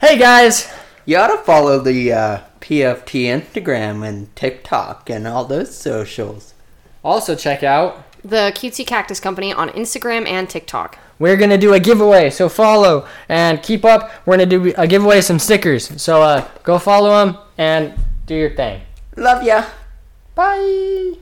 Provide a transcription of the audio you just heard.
Hey guys! You ought to follow the uh, PFT Instagram and TikTok and all those socials. Also, check out. The Cutesy Cactus Company on Instagram and TikTok. We're gonna do a giveaway, so follow and keep up. We're gonna do a giveaway some stickers, so uh, go follow them and do your thing. Love ya. Bye.